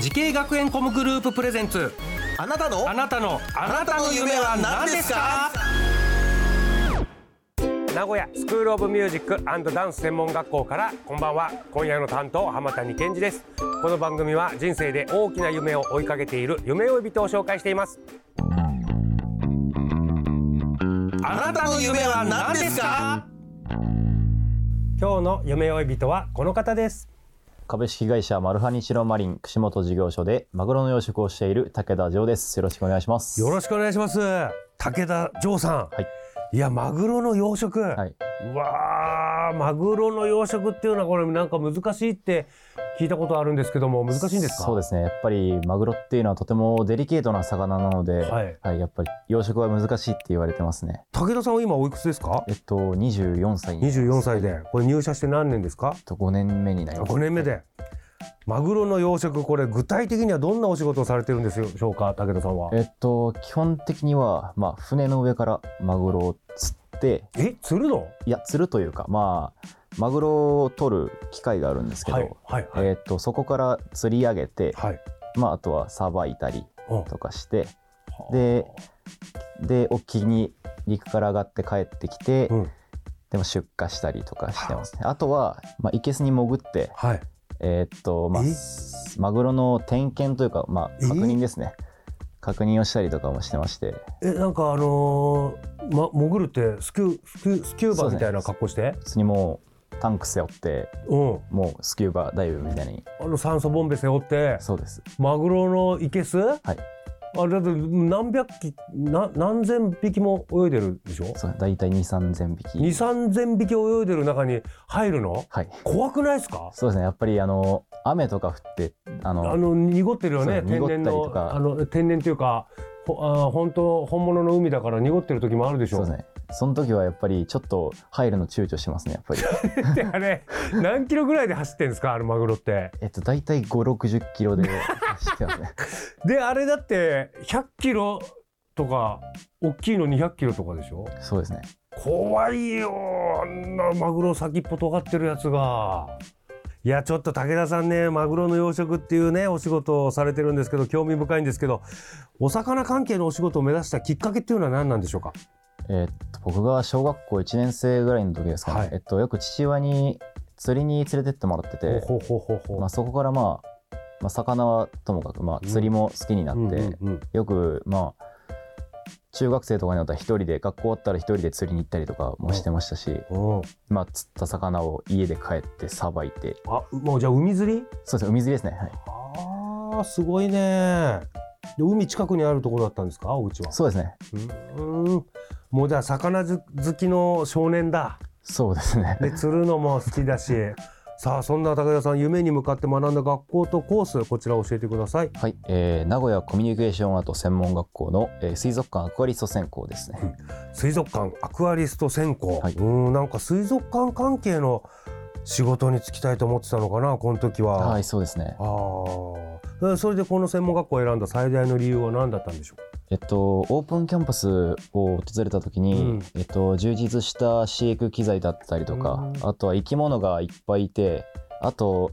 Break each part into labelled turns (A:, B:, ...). A: 時系学園コムグループプレゼンツ
B: あなたの
A: あなたのあなたの夢は何ですか
C: 名古屋スクールオブミュージックダンス専門学校からこんばんは今夜の担当浜谷健二ですこの番組は人生で大きな夢を追いかけている夢追い人を紹介しています
B: あなたの夢は何ですか
C: 今日の夢追い人はこの方です
D: 株式会社マルハニシロマリン串本事業所でマグロの養殖をしている武田城ですよろしくお願いします、
C: よろしくお願いします武田城さん、はいいやマグロの養殖、
D: はいう
C: わーマグロの養殖っていうのはこれなんか難しいって聞いたことあるんですけども難しいんですか
D: そうですねやっぱりマグロっていうのはとてもデリケートな魚なので、はいやっぱり養殖は難しいって言われてますね
C: 武田さんは今おいくつですか
D: えっと24歳に
C: 24歳でこれ入社して何年ですか
D: えっと5年目になります
C: 5年目でマグロの養殖これ具体的にはどんなお仕事をされてるんでしょうか武田さんは
D: えっと基本的にはまあ船の上からマグロを釣って
C: え釣るの
D: いや釣るというかまあマグロを取る機械があるんですけど、
C: はいはいはい、
D: えっとそこから釣り上げて、
C: はい
D: まあ、あとはさばいたりとかして
C: うん
D: でで沖に陸から上がって帰ってきて、
C: うん
D: でも出荷したりとかしてますねあとは、まあ、いけすに潜って
C: はい
D: えーっとまあ
C: え
D: マグロの点検というか、ま
C: え
D: あ、確認ですね確認をしたりとかもしてまして
C: えなんかあのーま、潜るってスキュスキュスキュー
D: そう
C: バ
D: ですね
C: みたいな格好して
D: 普通にもうタンク背負って
C: うん
D: もうスキューバダイブみたいに
C: あの酸素ボンベ背負って
D: そうです
C: マグロのイケスはいあれだって何百匹な何千匹も泳いでるでしょ
D: そう大体2 3 0 0匹
C: 2三千匹泳いでる中に入るの
D: はい
C: 怖くないですか
D: そうですねやっぱりあの雨とか降ってあの
C: あの濁ってるよね
D: そ
C: 天然
D: う濁ったりと
C: の
D: か
C: あの天然というかほあー本当本物の海だから濁ってる時もあるでし
D: そ
C: ょ
D: うですねその時はやっぱりちょっと入るの躊躇しますねやっぱり
C: であれ何キロぐらいで走ってんですかあのマグロって
D: えっと大体5 6 0キロで走っ てますね
C: であれだって100キロとか大きいの200キロとかでしょ
D: そうですね
C: 怖いよあんなマグロ先っぽ尖ってるやつがいやちょっと武田さんねマグロの養殖っていうねお仕事をされてるんですけど興味深いんですけどお魚関係のお仕事を目指したきっかけっていうのは何なんでしょうか
D: えっと僕が小学校1年生ぐらいの時ですかね、
C: はい
D: えっとよく父親に釣りに連れてってもらってて
C: ほうほうほうほう
D: まあ、そこからまあまあ魚はともかく、まあ、釣りも好きになって、
C: うんうんうん
D: よくまあ中学生とかになったら一人で学校終わったら一人で釣りに行ったりとかもしてましたし、
C: うん
D: まあ、釣った魚を家で帰ってさばいて
C: あもうじゃあ海釣り
D: そうですね海釣りですね、はい、
C: あーすごいねで海近くにあるところだったんですかお家は
D: そうですね
C: うんもうじゃあ魚ず好きの少年だ
D: そうですね
C: で釣るのも好きだし さあそんな高田さん夢に向かって学んだ学校とコースこちら教えてください
D: はい、えー名古屋コミュニケーションアート専門学校の、えー水族館アクアリスト専攻ですね、
C: 水族館アクアリスト専攻、
D: はい
C: うんなんか水族館関係の仕事に就きたいと思ってたのかなこの時は、
D: はいそうですね
C: あーえそれでこの専門学校を選んだ最大の理由は何だったんでしょ
D: えっとオープンキャンパスを訪れた時に、
C: うん
D: えっと充実した飼育機材だったりとか、
C: うん
D: あとは生き物がいっぱいいてあと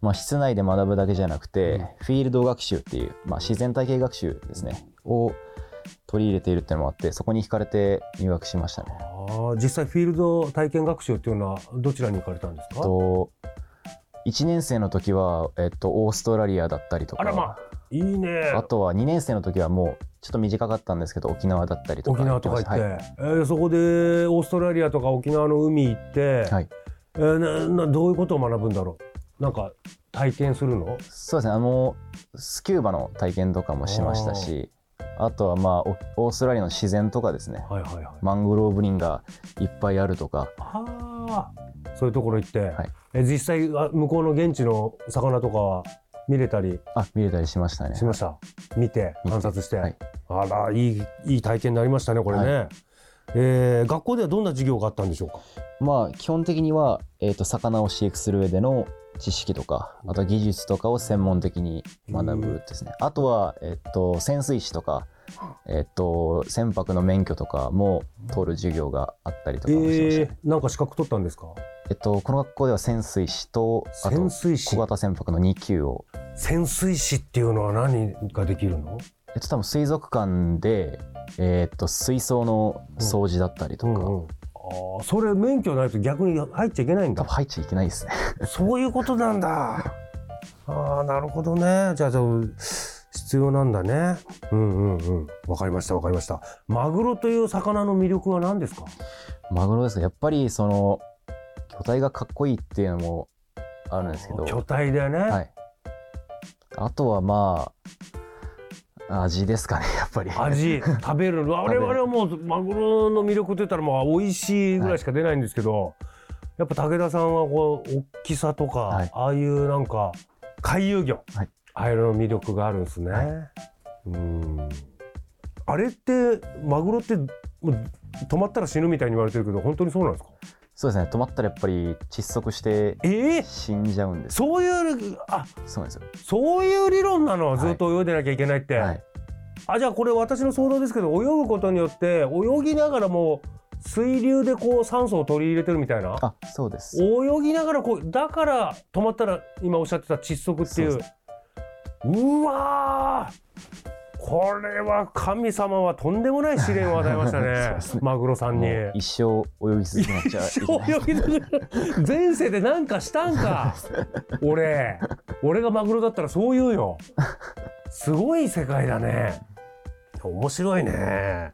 D: まあ、室内で学ぶだけじゃなくて、フィールド学習っていう、まあ、自然体系学習ですね、を取り入れているっていうのもあってそこに惹かれて入学しましたね。
C: うあー実際フィールド体験学習っていうのはどちらに行かれたんです
D: えっ
C: か
D: と1年生の時は、えっと、オーストラリアだったりとか
C: あらまいいね
D: あとは2年生の時はもうちょっと短かったんですけど沖縄だったりとか
C: 沖縄とか行って、
D: は
C: えーそこでオーストラリアとか沖縄の海行って、
D: い、はい
C: えーななどういうことを学ぶんだろうなんか体験するの
D: そうですねあのスキューバの体験とかもしましたしあとはまあおオーストラリアの自然とかですね
C: はいはいはい、
D: マングローブ林がいっぱいあるとか
C: あーそういうところ行って、
D: はい
C: えー実際は向こうの現地の魚とかは見れたり
D: あ見れたりしましたね
C: しました見て
D: 見て
C: 観察して、
D: はい
C: あらいいいい体験になりましたねこれね、えー学校ではどんな授業があったんでしょうか
D: まあ基本的には、えー、と魚を飼育する上での知識とかあと技術とかを専門的に学ぶですねあとは、えー、と潜水士とか、えー、と船舶の免許とかも取る授業があったりとかもしましたね、
C: えー、なんか資格取ったんですか
D: えっと、この学校では潜水士とあと
C: 潜水士
D: 小型船舶の2級を、
C: 潜水士っていうのは何ができるの
D: えっと、多分水族館で、えっと水槽の掃除だったりとか、
C: うんうんああそれ免許ないと逆に入っちゃいけないん
D: 多
C: だ
D: 分入っちゃいけないですね
C: そういうことなんだ。ああ、なるほどね。じゃあ、じゃあ、必要なんだね。うんうんうん。わかりました、わかりました。マグロという魚の魅力は何ですか
D: マグロですがやっぱりその巨体がかっこいいっていうのもあるんですけど
C: 巨体だよね。
D: はい、あとはまあ味ですかね やっぱり
C: 味、 食べるの。我
D: べる
C: 々はもう、マグロの魅力といったら、まあ、美味しいぐらいしか出ないんですけど、やっぱ武田さんは、こう、大きさとか、
D: はい
C: ああいうなんか、回遊魚、
D: はい
C: ああいうの魅力があるんですね。
D: は
C: うん。あれって、マグロって、もう止まったら死ぬみたいに言われてるけど、本当にそうなんですか
D: そうですね止まったらやっぱり窒息して
C: ええ
D: 死んじゃうんです
C: そういう、あ、
D: そうなんで
C: そういう理論なの。
D: い
C: ずっと泳いでなきゃいけないって。
D: すよ、はい、
C: あじゃあこれ私の想像ですけど泳ぐことによって泳ぎながらもう水流でこう酸素を取り入れてるみたいな
D: あそうです
C: 泳ぎながらこうだから止まったら今おっしゃってた窒息っていう
D: そう
C: うわーこれは神様はとんでもない試練を与えました
D: そう
C: ね
D: ですね
C: マグロさんに
D: も。う一生泳ぎ続けなくちゃいけない
C: 泳ぎながら前世でなんかしたんか俺俺がマグロだったらそう言うよすごい世界だね面白いね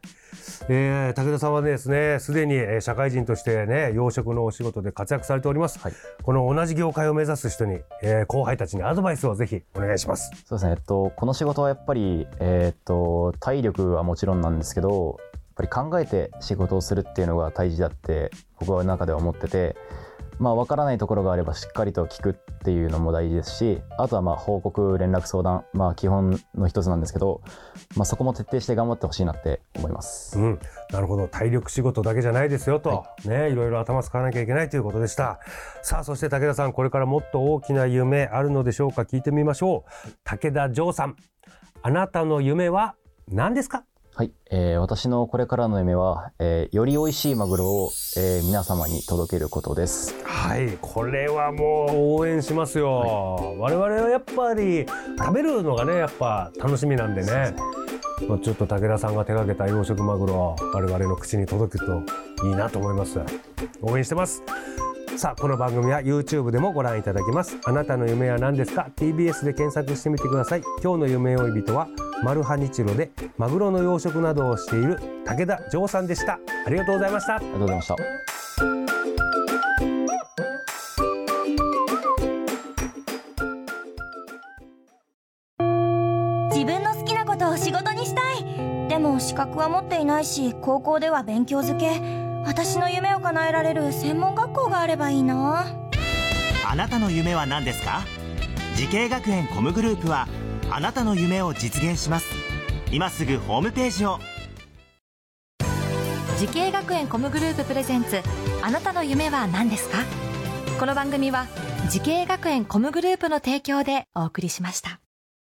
C: えー、武田さんはですねすでにえー社会人としてね養殖のお仕事で活躍されております、
D: はい
C: この同じ業界を目指す人に、えー後輩たちにアドバイスをぜひお願いします
D: そうですね、えっと、この仕事はやっぱり、えーっと体力はもちろんなんですけどやっぱり考えて仕事をするっていうのが大事だって僕は中では思ってて、まあ、分からないところがあればしっかりと聞くっていうのも大事ですしあとはまあ報告連絡相談、まあ、基本の一つなんですけど、まあ、そこも徹底して頑張ってほしいなって思います。
C: うん、なるほど体力仕事だけじゃないですよと、、
D: はい
C: ねいろいろ頭使わなきゃいけないということでしたさあそして武田さんこれからもっと大きな夢あるのでしょうか聞いてみましょう武田城さんあなたの夢は何ですか
D: はい、えー私のこれからの夢は、えーより美味しいマグロを、えー皆様に届けることです。
C: はいこれはもう応援しますよ、我々はやっぱり食べるのがねやっぱ楽しみなんでねまあちょっと武田さんが手掛けた養殖マグロ我々の口に届くといいなと思います応援してますさあこの番組は YouTube でもご覧いただけますあなたの夢は何ですか TBS で検索してみてください今日の夢追い人はマルハニチロでマグロの養殖などをしている武田城さんでしたありがとうございました
D: ありがとうございました。
E: 自分の好きなことを仕事にしたいでも資格は持っていないし高校では勉強づけ私の夢を叶えられる専門学校があればいいな
B: あなたの夢は何ですか時系学園コムグループはあなたの夢を実現します今すぐホームページを
F: 時系学園コムグループプレゼンツあなたの夢は何ですかこの番組は時系学園コムグループの提供でお送りしました